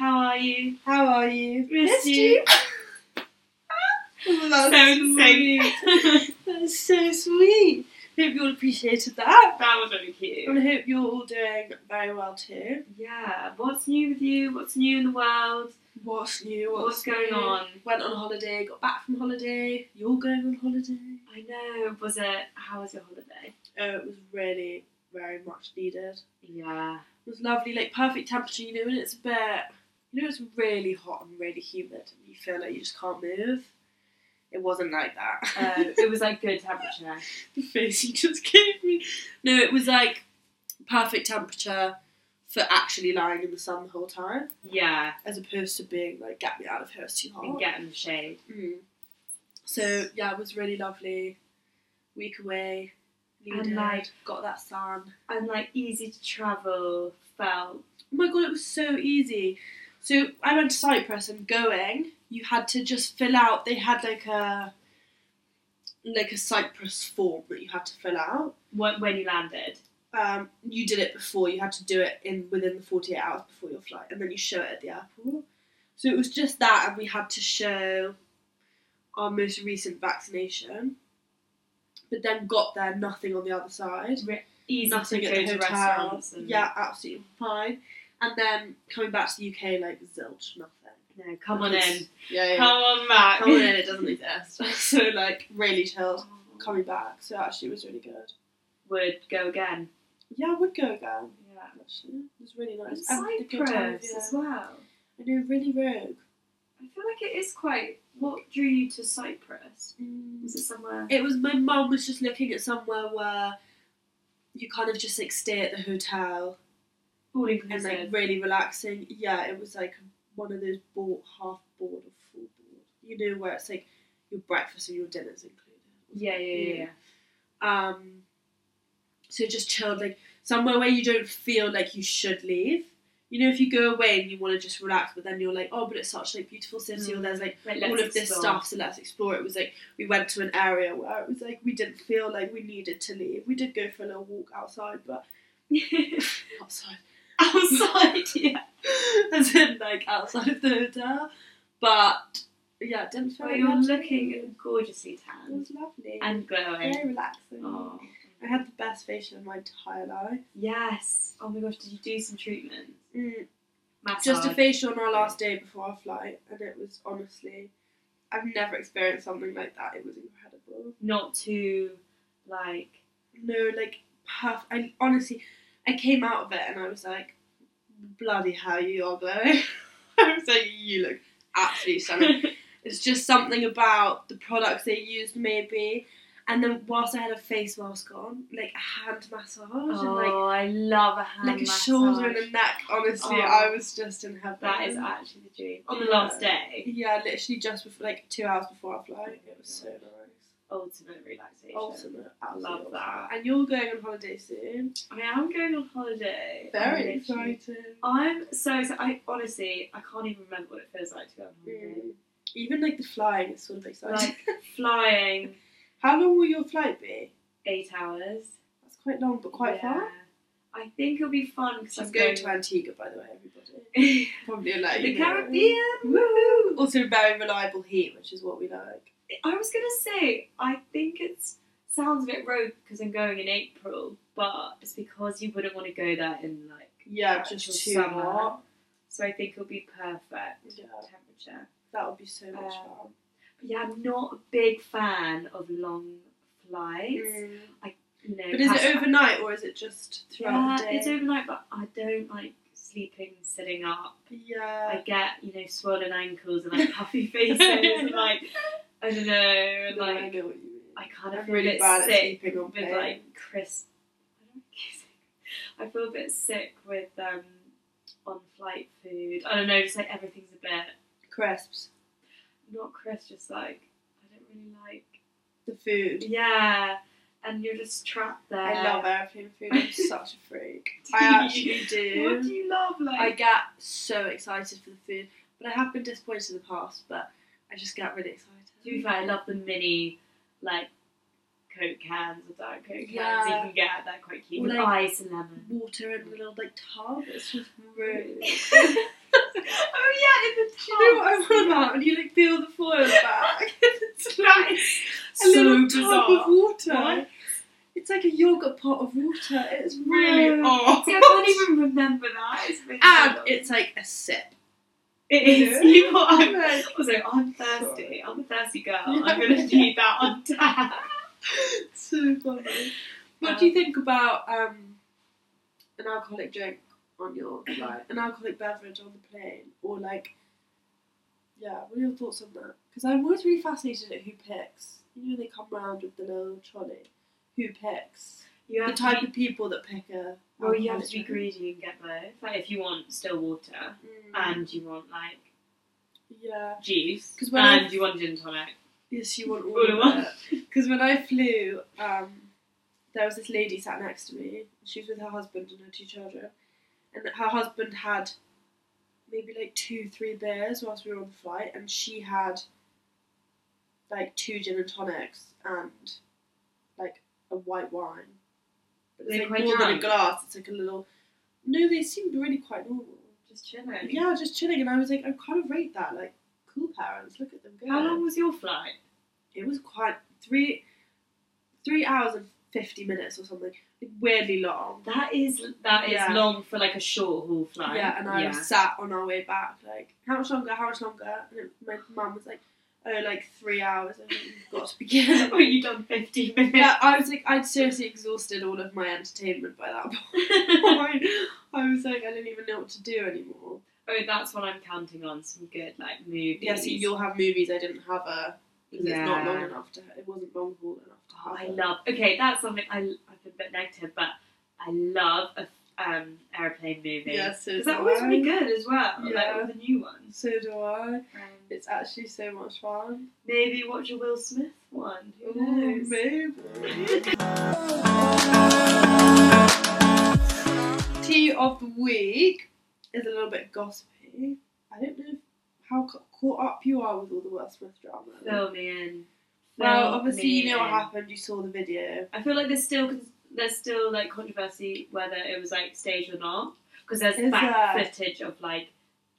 Oh, appreciated that. That was really cute. And I hope you're all doing very well too. Yeah. What's new with you? What's new in the world? What's new? What's, going new? on? Went on holiday, got back from holiday. You're going on holiday. I know. Was it? How was your holiday? Oh, it was really very much needed. Yeah. It was lovely, like perfect temperature, you know, when it's a bit, you know, it's really hot and really humid and you feel like you just can't move. It wasn't like that. Uh, it was like good temperature. the face you just gave me. No, it was like perfect temperature for actually lying in the sun the whole time, Yeah. as opposed to being like, get me out of here, it's too hot. And get in the shade. Mm. So yeah, it was really lovely. Week away, And, needed, like- got that sun. And like easy to travel. Felt. Oh my god, it was so easy. So I went to Cyprus and going, you had to just fill out. They had like a like a Cyprus form that you had to fill out. When, when you landed. Um, you did it before. You had to do it in within the forty eight hours before your flight, and then you show it at the airport. So it was just that, and we had to show our most recent vaccination. But then got there, nothing on the other side Easy nothing to at go the to hotel. restaurants. And, Yeah, absolutely fine. And then coming back to the UK, like zilch, nothing. No, come on in. Yeah, yeah. Come on back. Come on in, it doesn't exist. so like really chilled Oh. coming back. So actually, it was really good. Would go again. Yeah, I would go again. Yeah. Actually, it was really nice. And And the good time, Cyprus yeah. as well. I know, really rogue. I feel like it is quite. What drew you to Cyprus? Was it somewhere? It was my mum was just looking at somewhere where you kind of just like stay at the hotel All and like inclusive. really relaxing. Yeah, it was like one of those board, half board or full board. You know where it's like your breakfast and your dinner's included. Yeah, yeah, yeah, yeah. Um, so just chilled, like somewhere where you don't feel like you should leave. You know, if you go away and you want to just relax, but then you're like, oh, but it's such like beautiful city, or there's like Like, all Mm. let's of this explore. stuff, so let's explore. It was like we went to an area where it was like we didn't feel like we needed to leave. We did go for a little walk outside, but outside Outside, yeah. as in like outside of the hotel. But yeah, it didn't feel Well, like you're much. looking gorgeously It tanned was lovely and glowing. very relaxing. Oh. I had the best facial of my entire life. Yes. Oh my gosh, did you do some treatment? Mm. Massage. Just a facial on our last day before our flight, and it was honestly, I've never experienced something like that. It was incredible. Not too, like, No, like perfect. I honestly, I came out of it and I was like, bloody hell, you are glowing. I was like, you look absolutely stunning. It's just something about the products they used, maybe. And then whilst I had a face mask on, like a hand massage and like oh, I love a hand like a massage. shoulder and a neck. Honestly, Oh. I was just in heaven. That is actually the dream. On the Yeah. last day, yeah, literally just before, like two hours before our flight. It was so nice. ultimate relaxation. Ultimate, Love absolutely. that. And you're going on holiday soon. I am going on holiday. Very I'm literally- excited. I'm so excited. I honestly, I can't even remember what it feels like to go on holiday. Mm. Even like the flying is sort of exciting. Like flying How long will your flight be? eight hours. That's quite long, but quite Yeah. far. I think it'll be fun because She's I'm going to Antigua, by the way, everybody. the Probably like you know. Caribbean. Mm. Woohoo! Also, very reliable heat, which is what we like. I was gonna say, I think it's sounds a bit rogue because I'm going in April, but it's because you wouldn't want to go there in like. Yeah, actual just too summer. hot. So I think it'll be perfect Yeah, temperature. that would be so much Um, fun. But yeah, I'm not a big fan of long flights. Mm. You know, But is past- it overnight or is it just Yeah, throughout the day? it's overnight, but I don't like sleeping, sitting up. Yeah. I get you know swollen ankles and like puffy faces and like I don't know, and, No, I like know what you mean. I kind of I'm feel a really bit bad at sick sleeping on with plane. like crisp. I feel a bit sick with um on flight food. I don't know, just like everything's a bit crisps, not crisp, just like I don't really like. the food. Yeah, and you're just trapped there. I love airplane food. I'm such a freak. I actually What do do. you love? Like I get so excited for the food, but I have been disappointed in the past. But I just get really excited. To be fair, I love the mini, like, Coke cans or Diet Coke cans you Yeah. can get. They're quite cute. With Like- ice and lemon. water in a little like tub. It's just really. oh, yeah, in Oh, the tub. Do you know what Oh, I'm on about? And you like peel the foil back. it's like That is a little tub bizarre. of water. Why? It's like a yogurt pot of water. It's really No. odd. See, I can't even remember that. Oh. It's been so And long. it's like a sip. It is. Yeah. You know, I'm Like- also I'm thirsty. I'm a thirsty girl. Yeah. I'm gonna need that on tap. so funny. What do you think about um, an alcoholic drink on your flight? An alcoholic beverage on the plane? Or like, yeah, what are your thoughts on that? Because I'm always really fascinated at who picks. You know, they come round with the little trolley. Who picks? You The have type to be, of people that pick a. well, you have to be alcoholic greedy and get both. Like if you want still water drink. Mm, and you want like yeah. juice 'Cause when and I- you want a gin tonic. Yes, you want all, All in of one. it. Because when I flew, um, there was this lady sat next to me. She was with her husband and her two children, and her husband had maybe like two, three beers whilst we were on the flight, and she had like two gin and tonics and like a white wine. But They're it's like quite more than a drunk. glass. It's like a little. No, they seemed really quite normal. Just chilling. Yeah, just chilling, and I was like, I kind of rate that. Like, cool parents, look at them go. How long was your flight? It was quite three, three hours and fifty minutes or something. Weirdly long. That is that is Yeah. long for like a short haul flight. Yeah, and I was sat on our way back like, how much longer? How much longer? And it, my mum was like, oh, like three hours. I think we've got to begin. Well, you done fifteen minutes. yeah, I was like, I'd seriously exhausted all of my entertainment by that point. I was like, I didn't even know what to do anymore. oh, that's what I'm counting on. Some good like movies. Yeah, see, you'll have movies. I didn't have a. Because it's not long Yeah. enough to. It wasn't long haul enough to Oh, have. I it. love. Okay, that's something I, I've been a bit negative, but I love a um airplane movie. Yeah, so because do they're always I. really good as well. Yeah. Like all the new ones. So do I. Um, It's actually so much fun. maybe watch a Will Smith one. Who Ooh, knows? maybe. Tea of the week is a little bit gossipy. I don't know how ca- caught up you are with all the Will Smith drama. Fill me in. well, Fill obviously me you know what in. happened. You saw the video. I feel like there's still con- there's still like controversy whether it was like staged or not because there's Is back there? footage of like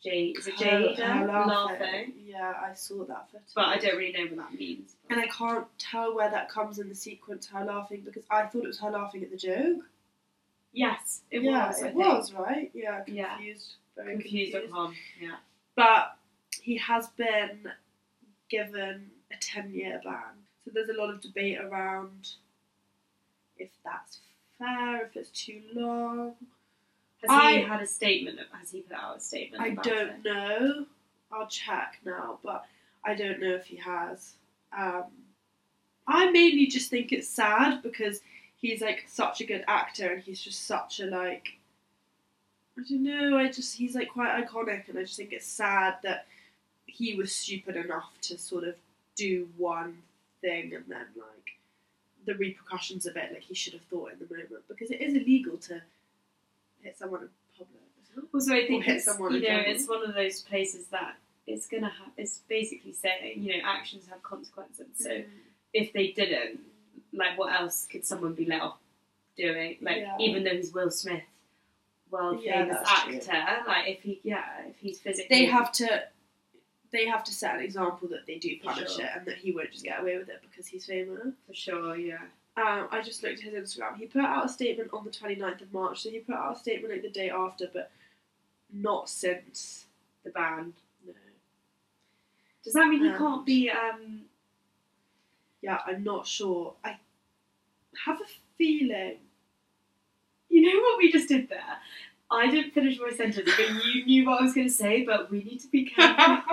Jade is it Her- Jada her laughing, Yeah, I saw that footage. but I don't really know what that means. And I can't tell where that comes in the sequence. Her laughing because I thought it was her laughing at the joke. yes, it yeah, was. I It think. was right. Yeah, confused. Yeah. Very Confused confused. at home. Yeah. but he has been given a 10 year ban. So there's a lot of debate around if that's fair, if it's too long. Has I- he had a statement? Has he put out a statement? I about don't it? know. I'll check now, but I don't know if he has. Um, I mainly just think it's sad because he's like such a good actor and he's just such a like. I don't know. I just he's like quite iconic, and I just think it's sad that he was stupid enough to sort of do one thing and then like the repercussions of it. Like he should have thought in the moment because it is illegal to hit someone in public. isn't it? Also, I think hit it's, someone you in know general. it's one of those places that it's gonna have. It's basically saying you know actions have consequences. So if they didn't, like what else could someone be let off doing? Like Yeah. even though he's Will Smith, world Yeah, famous that's true. actor, like if he yeah, if he's physically they have to they have to set an example that they do For punish sure. it and that he won't just get away with it because he's famous. for sure, yeah. Um, I just looked at his Instagram. He put out a statement on the 29th of March, so he put out a statement like the day after, but not since. The band. No. Does that mean he Um, can't be um Yeah, I'm not sure. I have a feeling. you know what we just did there? I didn't finish my sentence, but you knew what I was gonna say, but we need to be careful.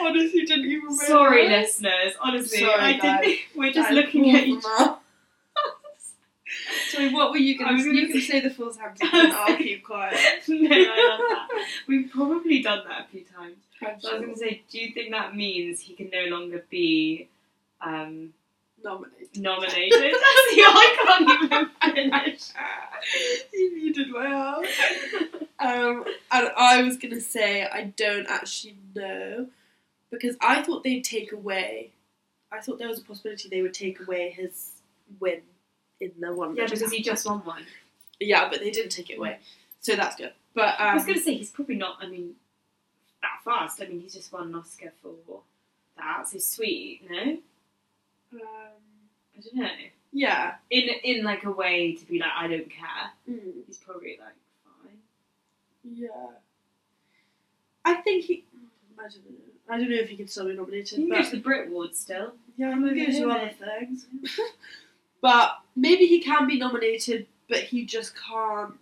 honestly didn't even remember. Sorry listeners, honestly Sorry, I didn't guys. we're just looking at each other. Sorry, what were you I going to was say? gonna You can say- say the full sentence and I'll keep quiet. no, I love that. We've probably done that a few times. I'm So I was going to say, do you think that means he can no longer be um, Nominated. nominated? See, I can't even finish. you needed my help. Um, and I was gonna say I don't actually know because I thought they'd take away. I thought there was a possibility they would take away his win in the one. Yeah, that because he happened. just won one. Yeah, but they didn't take it away, so that's good. But um, I was going to say, he's probably not, I mean, that fast. I mean, he's just won an Oscar for that. So sweet, no? um, I don't know. Yeah. In in like a way to be like, I don't care. Mm. He's probably like fine. Yeah. I think he. I don't know. I don't know if he could still be nominated, You can go but to the Brit Awards still. yeah, I'm I'm going to over other it. things. but maybe he can be nominated, but he just can't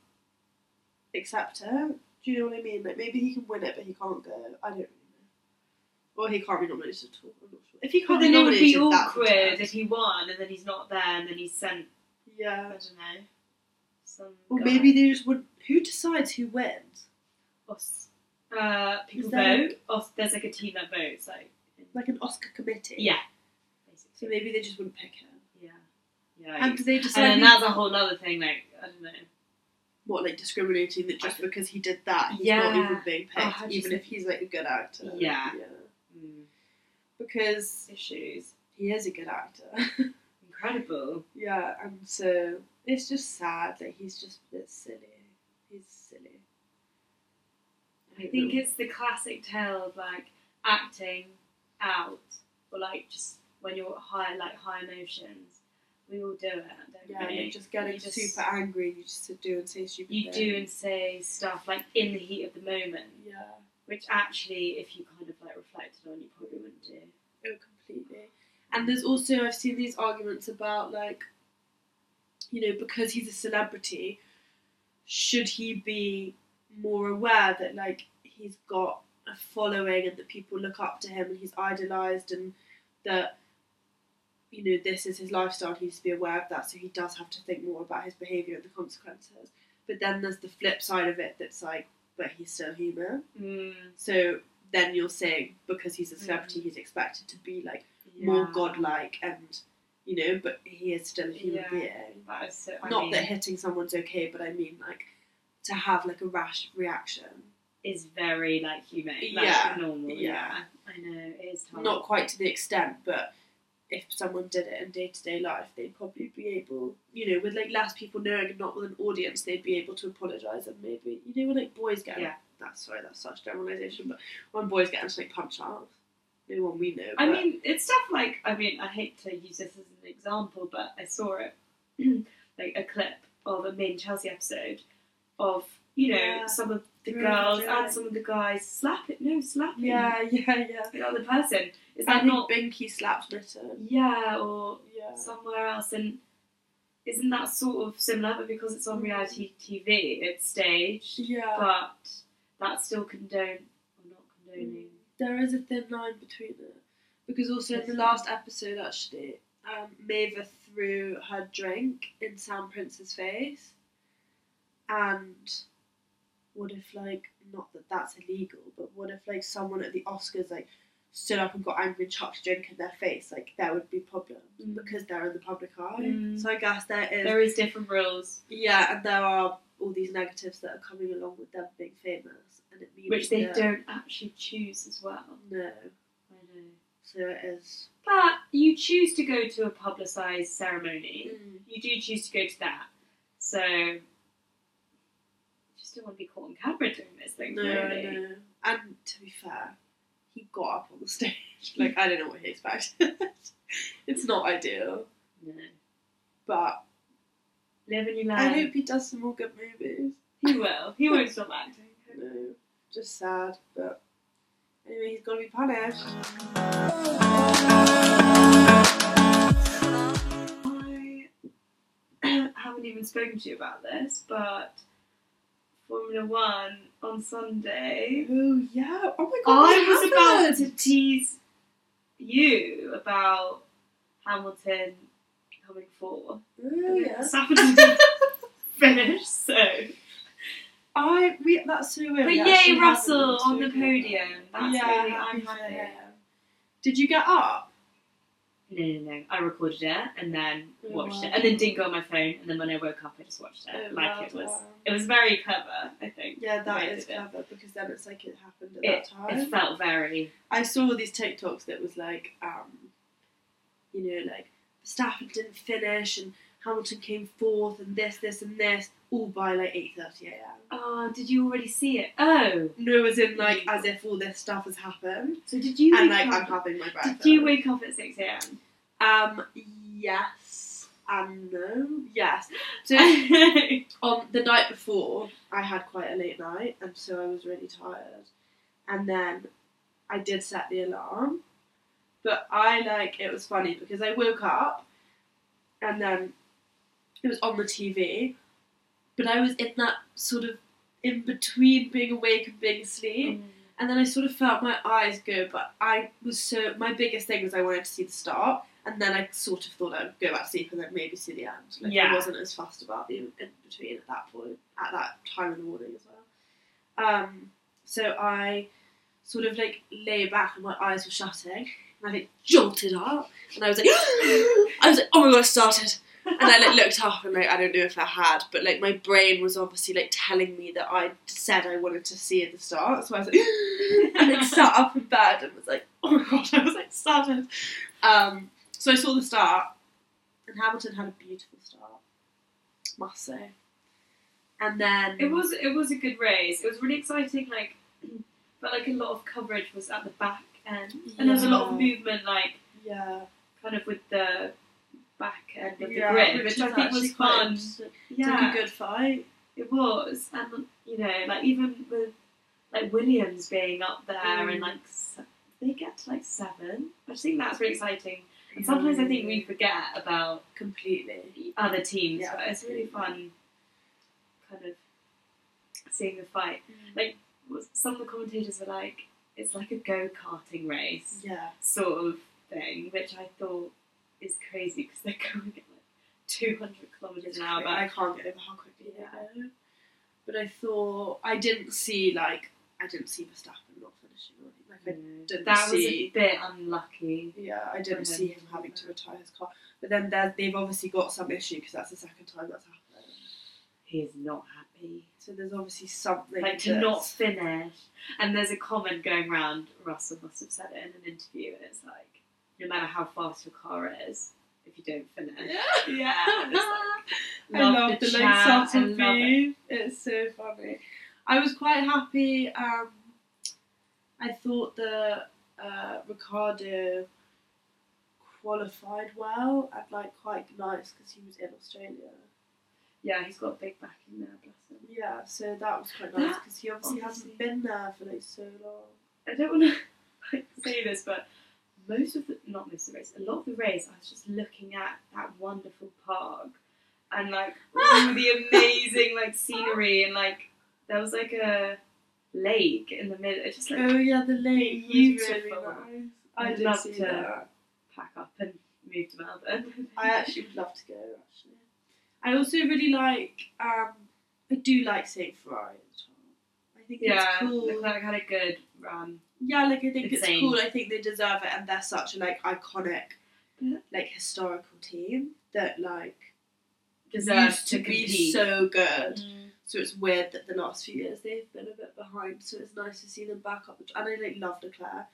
accept it. Do you know what I mean? Like maybe he can win it, but he can't go. I don't really know. Or he can't be nominated at all. I'm not sure. If he But can't be then it would nominated, be that's a awkward test. if he won and then he's not there and then he's sent. I Yeah. don't know. Some. Or guy. maybe they just would. Who decides who wins? Os- uh, people Is there vote. Os- there's like a team that votes, like Like an Oscar committee. yeah, So basically. maybe they just wouldn't pick him. Yeah, yeah. And And, do they decide then who- that's a whole other thing. Like I don't know. what like discriminating that just because he did that he's not Yeah. even being picked, Oh, I even if just- he's like a good actor. Yeah. Because mm, Issues. he is a good actor. Incredible. yeah, and so it's just sad that he's just a bit silly. He's silly. I think it's the classic tale of like acting out or like just when you're at high like high emotions. We all do it, don't yeah, we? you're just getting You just- super angry and you just sit- do and say stupid you things. do and say stuff like in the heat of the moment, Yeah. which actually, if you kind of like reflected on, you probably wouldn't do. Oh, completely. And there's also I've seen these arguments about like, you know, because he's a celebrity, should he be more aware that like he's got a following and that people look up to him and he's idolized and that you know this is his lifestyle and he needs to be aware of that so he does have to think more about his behavior and the consequences but then there's the flip side of it that's like but he's still human Mm, so then you're saying because he's a celebrity he's expected to be like yeah. more godlike and you know, but he is still a human Yeah. being. That is so, I Not mean, that hitting someone's okay, but I mean like to have like a rash reaction. is very like humane, like Yeah, normal. yeah. I know it is hard. Not quite to the extent, but if someone did it in day to day life, they'd probably be able, you know, with like less people knowing and not with an audience, they'd be able to apologise and maybe, you know, when like boys get. Yeah. That's sorry, that's such generalisation, but when boys get into like punch out, no one we know. I but- mean, it's stuff like I mean, I hate to use this as an example, but I saw it like a clip of a main Chelsea episode of you know Yeah. some of the Really girls doing. and some of the guys slap it, no slapping yeah, yeah, yeah. the other person. Is I that think not? Binky slapped Mitten. Yeah, or Yeah. somewhere else, and isn't that sort of similar? But because it's on Mm. reality TV, it's staged, Yeah. but that's still condoned or not condoning. there is a thin line between it because also in the last episode actually um, Maeva threw her drink in Sam Prince's face and what if like not that that's illegal but what if like someone at the Oscars like stood up and got angry and chucked a drink in their face like there would be problems Mm. because they're in the public eye Mm. so I guess there is There is different rules, yeah and there are all these negatives that are coming along with them being famous and it means which they that- don't actually choose as well. no I know. so it is But you choose to go to a publicised ceremony. Mm. You do choose to go to that. So, I just don't want to be caught on camera doing this thing, No, really. no. And to be fair, he got up on the stage. Like I don't know what he expected. it's not ideal, No. but Live and you I learn. hope he does some more good movies. He will. He won't stop acting. No, just sad, but anyway, he's got to be punished. I haven't even spoken to you about this, but Formula One on Sunday. Oh yeah! Oh my god! I was what about to happened? tease you about Hamilton coming fourth. Oh yeah! Verstappen didn't finish, so. I we that's so weird. But we yay, actually Russell haven't on the spoken about podium. that. That's yeah, really happy I'm for happy. him. Did you get up? No, no, no. I recorded it and then Oh, watched wow. it, and then didn't go on my phone. And then when I woke up, I just watched it. Oh, like well it was, done. it was very clever. I think Yeah, the way that I is did it. clever because then it's like it happened at that time. It felt very. I saw all these TikToks that was like, um, you know, like Verstappen didn't finish and Hamilton came fourth and this, this, and this, all by like eight thirty a.m. Oh, did you already see it? Oh, No, as in like as if all this stuff has happened so did you? and wake like I'm up, having my breakfast. did you wake up at six a.m.? Um, yes and no. Yes. So on the night before, I had quite a late night, and so I was really tired. And then I did set the alarm, but I like it was funny because I woke up, and then it was on the TV, but I was in that sort of in between being awake and being asleep. And then I sort of felt my eyes go, but I was so. My biggest thing was I wanted to see the start, and then I sort of thought I would go back to sleep and then maybe see the end. Like, Yeah. I wasn't as fussed about the in in between at that point, at that time in the morning as well. Um, so I sort of like lay back and my eyes were shutting, and I like jolted up, and I was like, I was like, oh my god, I started. And I like looked up and like I don't know if I had, but like my brain was obviously like telling me that I said I wanted to see at the start, so I was like, and like sat up in bed and was like, oh my god, I was like started. Um, so I saw the start, and Hamilton had a beautiful start, must say. And then It was it was a good race. It was really exciting, like but like a lot of coverage was at the back end. And there was a lot of Yeah. movement like yeah, kind of with the back end of the yeah, grid, which I think actually was quite fun. interesting. Yeah, Took a good fight. it was. And you know, like even with like Williams being up there and Mm. like se- they get to like seven. I just think that's really exciting. And sometimes I think we forget about completely. other teams, Yeah. but it's really fun kind of seeing the fight. Mm. Like was- some of the commentators were like, it's like a go karting race Yeah, sort of thing, which I thought is crazy because they're going at like 200 kilometres an hour. But I can't get over how quickly they Yeah. go. But I thought I didn't see like I didn't see Verstappen not finishing. or anything. Like I didn't Mm. that was see- a bit unlucky. Yeah, I Yeah. didn't see him having to retire his car. But then there- they've obviously got some issue because that's the second time that's happened. He's not happy. So there's obviously something. Like to that's- not finish. And there's a comment going round, Russell must have said it in an interview, and it's like, no matter how fast your car is, if you don't finish. Yeah. and it's like, I love the, like chat, I subtle love it. beef. It's so funny. I was quite happy. Um, I thought that uh, Ricardo qualified well and like quite nice because he was in Australia. Yeah, he's got a big back in there, bless him. Yeah, so that was quite nice because he obviously honestly- hasn't been there for like so long. I don't want to like, say this, but most of the not most of the race, a lot of the race, I was just looking at that wonderful park and like all the amazing like scenery and like there was like a lake in the middle. It's just like Oh yeah, the lake Beautiful. was really nice. I I'd did love see to- that. pack up and move to Melbourne. I actually would love to go. Actually, I also really like. Um, I do like seeing Ferrari at the top. I think yeah, it's cool. Leclerc had a good run. yeah, like I think it's, Insane. cool. I think they deserve it, and they're such a like iconic, Yeah. like historical team that like Deserved used to, be to compete. Mm. so good. So it's weird that the last few years they've been a bit behind. So it's nice to see them back up. And I like love Leclerc.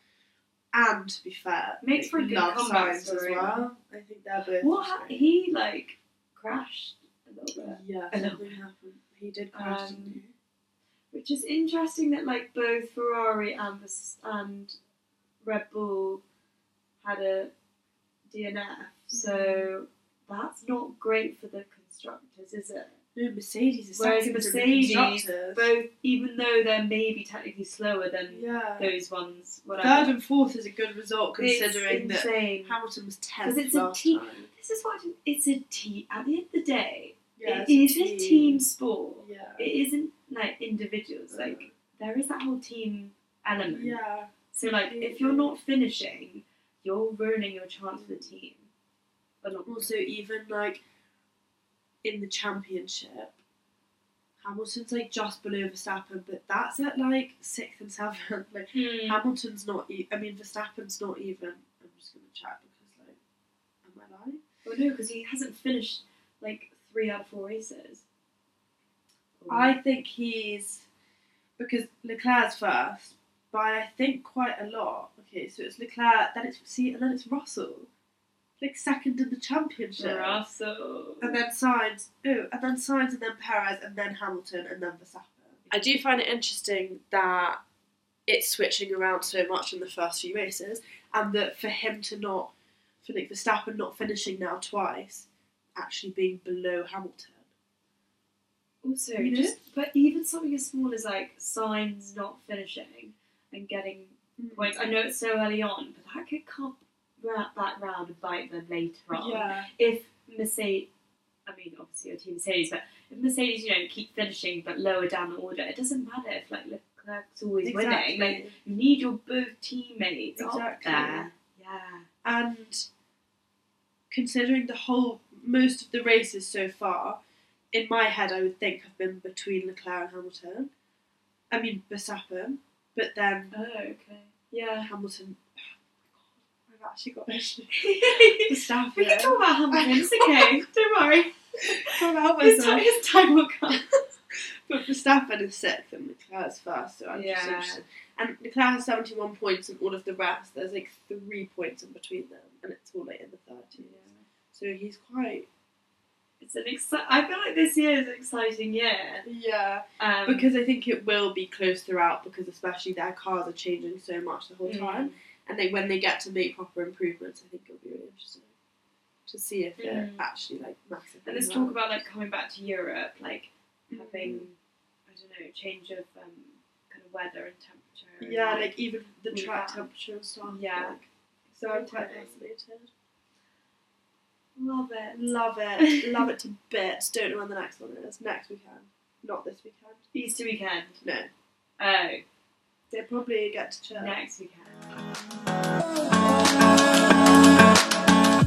And to be fair, Makes for a good love comeback Sainz story. as well. I think they're both. What ha- he like crashed a little bit. Yeah, I know. something happened. He did crash. Um, didn't he? Which is interesting that like both Ferrari and Vers- and Red Bull had a DNF, so Mm-hmm. that's not great for the constructors, is it? No, Mercedes is Whereas second in the Mercedes constructors. Both, even though they're maybe technically slower than yeah. those ones, Third whatever. and fourth is a good result considering it's that insane. Hamilton was tenth 'Cause it's a last team- time. This is what I do- it's a team. At the end of the day, Yeah, it it's is a team sport. Yeah. It isn't like individuals. Like there is that whole team element. yeah. So like, if you're not finishing, you're ruining your chance for the team. But not Also, even like in the championship, Hamilton's like just below Verstappen, but that's at like sixth and seventh. Like Hamilton's not. E- I mean, Verstappen's not even. I'm just gonna check because like, am I lying? Well, no, because he hasn't finished like three out of four races. I think he's because Leclerc's first by I think quite a lot. Okay, so it's Leclerc, then it's see, and then it's Russell, like second in the championship, Russell. and then Signs. Oh, and then Signs, and then Perez, and then Hamilton, and then Verstappen. I do find it interesting that it's switching around so much in the first few races, and that for him to not. Nick Verstappen not finishing now twice, actually being below Hamilton. Also, You know? just, but even something as small as like signs not finishing and getting Hmm. points. I know it's so early on, but that could come ra- that round and bite them later on. Yeah. If Mercedes, I mean, obviously your team Mercedes, but if Mercedes, you know, keep finishing but lower down the order, it doesn't matter if like Leclerc's always Exactly. winning. Like you need your both teammates up Exactly. there. Yeah. and considering the whole most of the races so far, in my head I would think have been between Leclerc and Hamilton. I mean Verstappen, but then uh, Oh, okay. Yeah. Hamilton. oh I've actually got issues. we can Verstappen. talk about Hamilton. It's okay. Don't worry. Can't help His time, myself. his time will come. But Verstappen is sixth and Leclerc is first, so I'm just Yeah. interested. And Leclerc has 71 points, and all of the rest, there's like three points in between them, and it's all like in the 30s. So he's quite. It's an exci- I feel like this year is an exciting year. Yeah. Um, because I think it will be close throughout because especially their cars are changing so much the whole Mm. time, and they when they get to make proper improvements, I think it'll be really interesting to see if they're Mm. actually like massive. And let's talk about like coming back to Europe, like Mm. having I don't know change of um, kind of weather and temperature. and, yeah, like even the um, Yeah. track temperature and stuff. Yeah. like, so I'm quite Exciting. fascinated. love it. Love it, love it to bits. Don't know when the next one is. Next weekend, not this weekend. Easter weekend. No, Oh, they probably get to church. next weekend.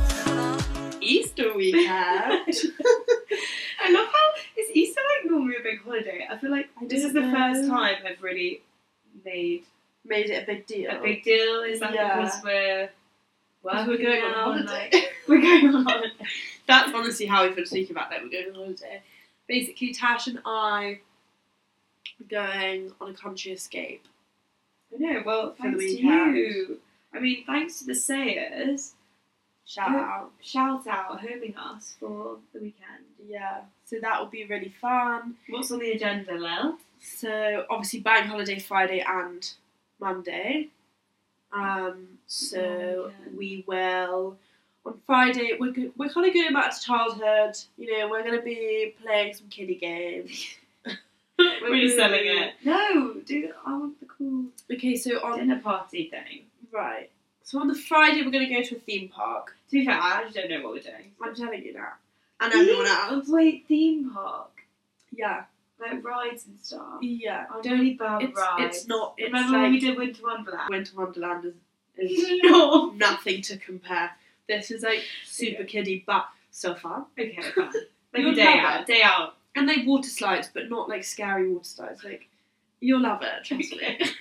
Easter weekend. I love how is Easter like normally a big holiday. I feel like I this is the don't first know. time I've really made Made it a big deal. a big deal. Is that Yeah. because we're Because we're going on working now and, holiday. like, we're going on holiday. That's honestly how we've been speaking about that. We're going on holiday. Basically, Tash and I are going on a country escape. I know. Well, For the thanks to weekend. you. I mean, thanks to the Sayers. Shout Oh. out. Shout out, homing us for the weekend. Yeah. So that will be really fun. What's on the agenda, Lel? So obviously Bank Holiday Friday and Monday. Um, so Oh, yeah. we will on Friday we're go- we're kind of going back to childhood. You know, we're gonna be playing some kiddie games. We're reselling it. No, do I want the cool Okay, so on dinner party thing. right. So on the Friday we're gonna go to a theme park. To be fair, I actually don't know what we're doing. I'm telling you that. And everyone else. Wait, theme park. Yeah. Like rides and stuff. Yeah. I'm Don't really bad with it's, rides. it's not it's Remember when we like did Winter Wonderland? Winter Wonderland is, is no. nothing to compare. This is like super kiddie but so fun. Okay, fine. Like You'll a day love out. Day out. And they water slides, but not like scary water slides. Like you'll love it, trust me.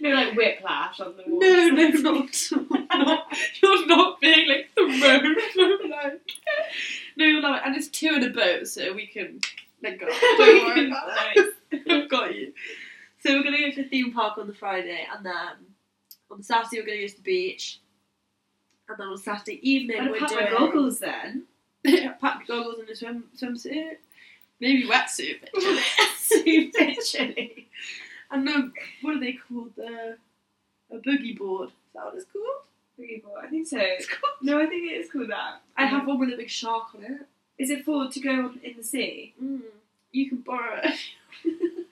No, like whiplash on the wall. No, no, not, not you're not being like thrown from like No, you'll love it. And it's two in a boat, so we can like go. Don't worry about that. I've got you. So we're gonna go to the theme park on the Friday, and then on the Saturday we're gonna go to the beach, and then on Saturday evening I'd we're pack doing my goggles then. pack your goggles and a swim swimsuit, maybe wetsuit. bitch. Super chilly. and then what are they called? The a boogie board. Is that what it's called? I think so. It's called. No, I think it is called that. I have one with a big shark on it. Is it for to go on in the sea? Mm. You can borrow it.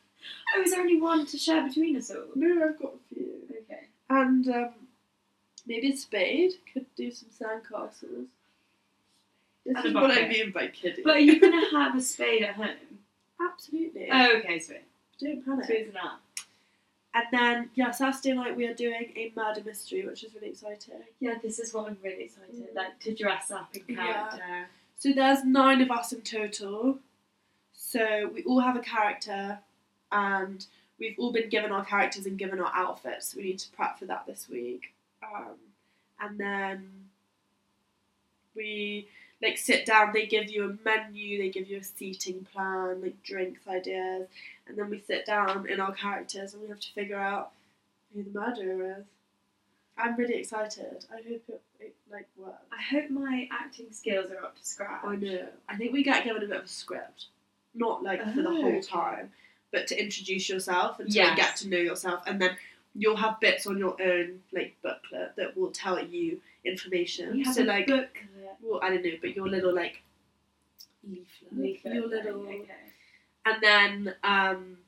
Oh, is there only one to share between us all? no, I've got a few. Okay. And um, maybe a spade could do some sandcastles. This And a is what I bucket. mean by kiddie. But are you gonna have a spade at home? Absolutely. Oh, okay, sweet. Don't panic. Spade's not. And then, yeah, Saturday night we are doing a murder mystery, which is really exciting. Yeah, this is what I'm really excited Mm. like to dress up in Yeah. character. So there's nine of us in total. So we all have a character, and we've all been given our characters and given our outfits. We need to prep for that this week. Um, and then we like sit down. They give you a menu. They give you a seating plan, like drinks ideas, and then we sit down in our characters and we have to figure out who the murderer is. I'm really excited. I hope it, it like works. I hope my acting skills are up to scratch. I know. I think we get given a bit of a script, not like for the Oh, whole okay. time, but to introduce yourself and to Yes. get to know yourself, and then you'll have bits on your own like booklet that will tell you information. We have so a like, booklet. well, I don't know, but your little like leaflet, Leaflet your thing, little, okay. and then um,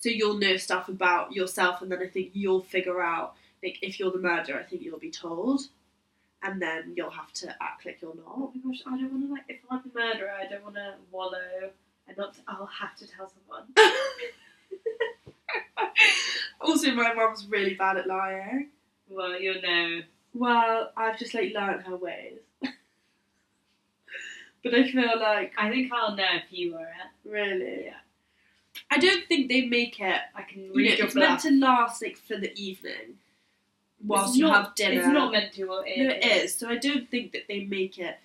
so you'll know stuff about yourself, and then I think you'll figure out like if you're the murderer, I think you'll be told, and then you'll have to act like you're not. Oh my gosh, I don't want to like. If I'm the murderer, I don't want to wallow. And not, I'll have to tell someone. also, my mum's really bad at lying. Well, you'll know. Well, I've just like learnt her ways. but I feel like I think I'll know if you were it. really, Yeah. I don't think they make it. I can You know, read your it's blood. meant to last like for the evening, whilst It's you not- have dinner. It's not meant to. Well, No, it is. So I don't think that they make it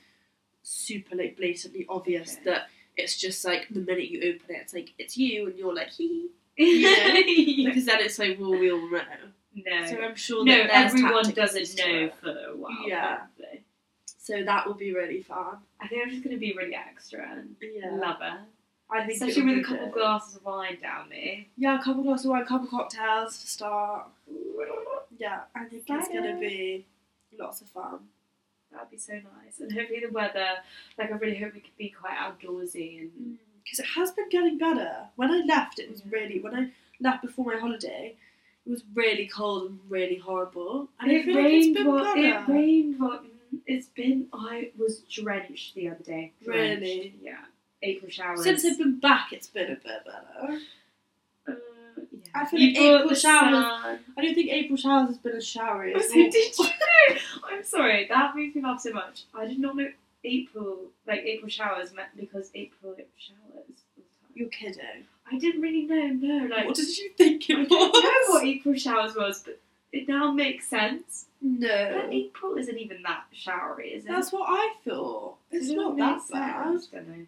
super like blatantly obvious Okay. that it's just like the minute you open it, it's like it's you, and you're like hee. hee. Yeah. Because then it's like well, we all know. no. So I'm sure no, that there's everyone tactics doesn't to know it. for a while. Yeah. probably. So that will be really fun. I think I'm just gonna be really extra and Yeah. lover, I think especially it'll with a be couple good. glasses of wine down me. Yeah, a couple glasses of wine, a couple cocktails to start. Yeah, I think it's Excited. gonna be lots of fun. That'd be so nice, and hopefully the weather. Like I really hope we could be quite outdoorsy and Because it has been getting better. When I left, it was Mm. Yeah. really when I left before my holiday, it was really cold and really horrible. And I it feel like it's rained. been what, better. it rained. What, mm, it's been. I was drenched the other day. Drenched. Really? Yeah. April showers. Since I've been back, it's been a bit better. Uh, yeah. I feel You like brought April the showers- sun. I don't think April showers has been as showery as So did you know? I'm sorry, that makes me laugh so much. I did not know April, like April showers, meant because April showers. all the time. You're kidding. I didn't really know. No, like what did you think it I didn't was? know what April showers was, but it now makes sense. But No. April isn't even that showery, is it? Oh. That's what I thought. It's It not doesn't that make bad. sense, don't they?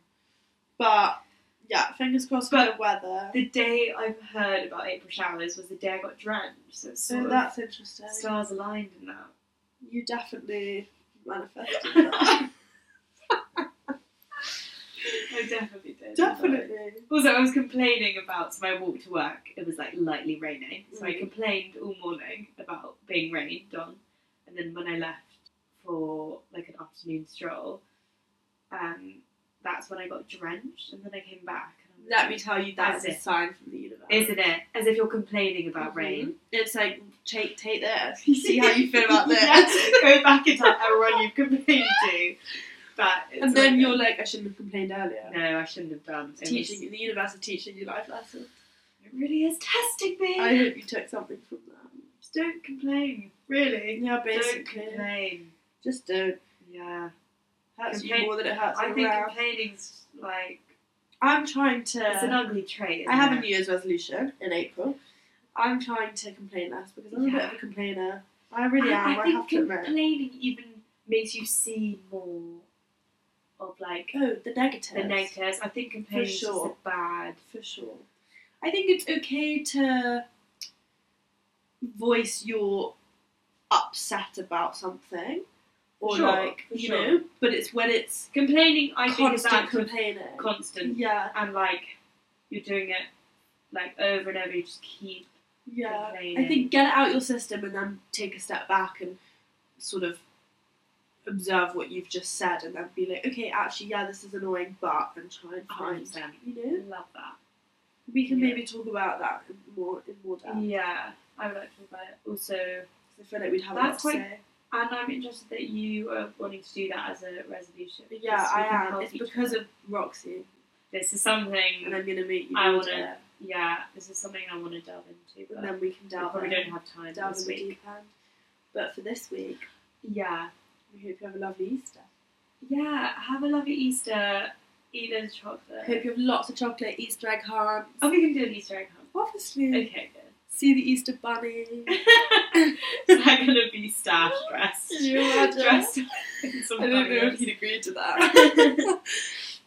But yeah, fingers crossed for But- the weather. The day I've heard about April showers was the day I got drenched, so it's So sort that's interesting. of stars aligned in that. You definitely manifested that. I definitely did. definitely. Also, I was complaining about so my walk to work. It was like lightly raining, so I Mm. complained all morning about being rained on. And then when I left for like an afternoon stroll, um, that's when I got drenched. And then I came back. And I Let me tell you, that's As a if- sign from the universe. isn't it as if you're complaining about Mhm. rain? It's like, take, take this. See how you feel about this. Yeah, Go back into everyone you've complained to. But it's And then all you're good. like, I shouldn't have complained earlier. no, I shouldn't have done. It, It's teaching you, the universe is teaching you life lessons. was- it really is testing me. I hope you took something from that. Just don't complain. Really. Yeah, Don't basically. complain. Just don't. Yeah. Hurts you Complain- more than it hurts I I think complaining's like I'm trying to. it's an ugly trait. Isn't I have it? a New Year's resolution in April. I'm trying to complain less because I'm a bit Yeah. of a complainer. I really I, am. I I, think have to admit. complaining even makes you see more of like Oh, the negatives. the negatives. I think complaining is just sure. a bad. For sure. I think it's okay to voice your upset about something, or Sure, like for you sure. know. But it's when it's Complaining, I think, is constant that complaining. constant yeah, and like you're doing it like over and over. You just keep yeah. complaining. I think get it out your system and then take a step back and sort of observe what you've just said and then be like, okay, actually, yeah, this is annoying, but and try and find. 100%. You know, Love that. we can Yeah. Mm. maybe talk about that in more in more depth. Yeah, I would like to talk about it. Also, 'cause I feel like we'd have That's a lot to quite say. And I'm interested that you are wanting to do that as a resolution. Yeah, so we can I am. help It's each because other. of Roxy, this is something. and I'm gonna meet you. I all wanna- day, yeah, this is something I want to delve into, but and then we can we delve probably in, don't have time delve this in the week. deep end. But for this week, Yeah, we hope you have a lovely Easter. yeah. Have a lovely Easter. Eat loads of chocolate. Hope you have lots of chocolate Easter egg hunts. Oh, we can do an Easter egg hunt. Obviously, Okay, good. see the Easter bunny. is that gonna be stash dressed? Can you imagine? dressed in some bunnies? he'd agree to that.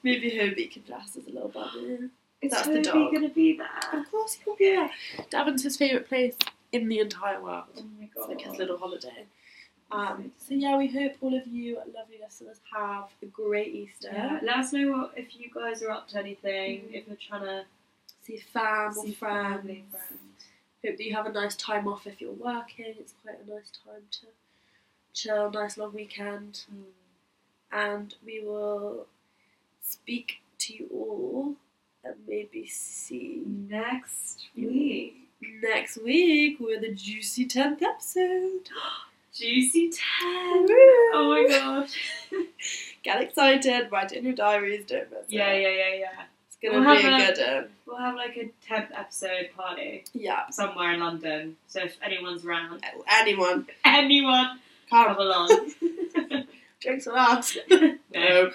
Maybe Herbie can dress as a little bunny. Is That's the Toby dog. gonna be there? Of course he'll be there. Daven's his favourite place in the entire world. Oh my It's god. like his little holiday. Um, so yeah, we hope all of you lovely listeners have a great Easter. Yeah, let us know what, if you guys are up to anything. Mm. If you're trying to See fam or see friends. family, friends. Hope that you have a nice time off if you're working. It's quite a nice time to chill, nice long weekend. Hmm. And we will speak to you all and maybe see Next week. you next week with a juicy 10th episode. Juicy 10. Oh my gosh. Get excited, write it in your diaries, don't miss yeah, it. yeah, yeah, yeah. It's gonna We'll be a have good one. We'll have like a 10th episode party Yeah. somewhere in London. So if anyone's around, Anyone. anyone, Come, come along. drinks on us. no.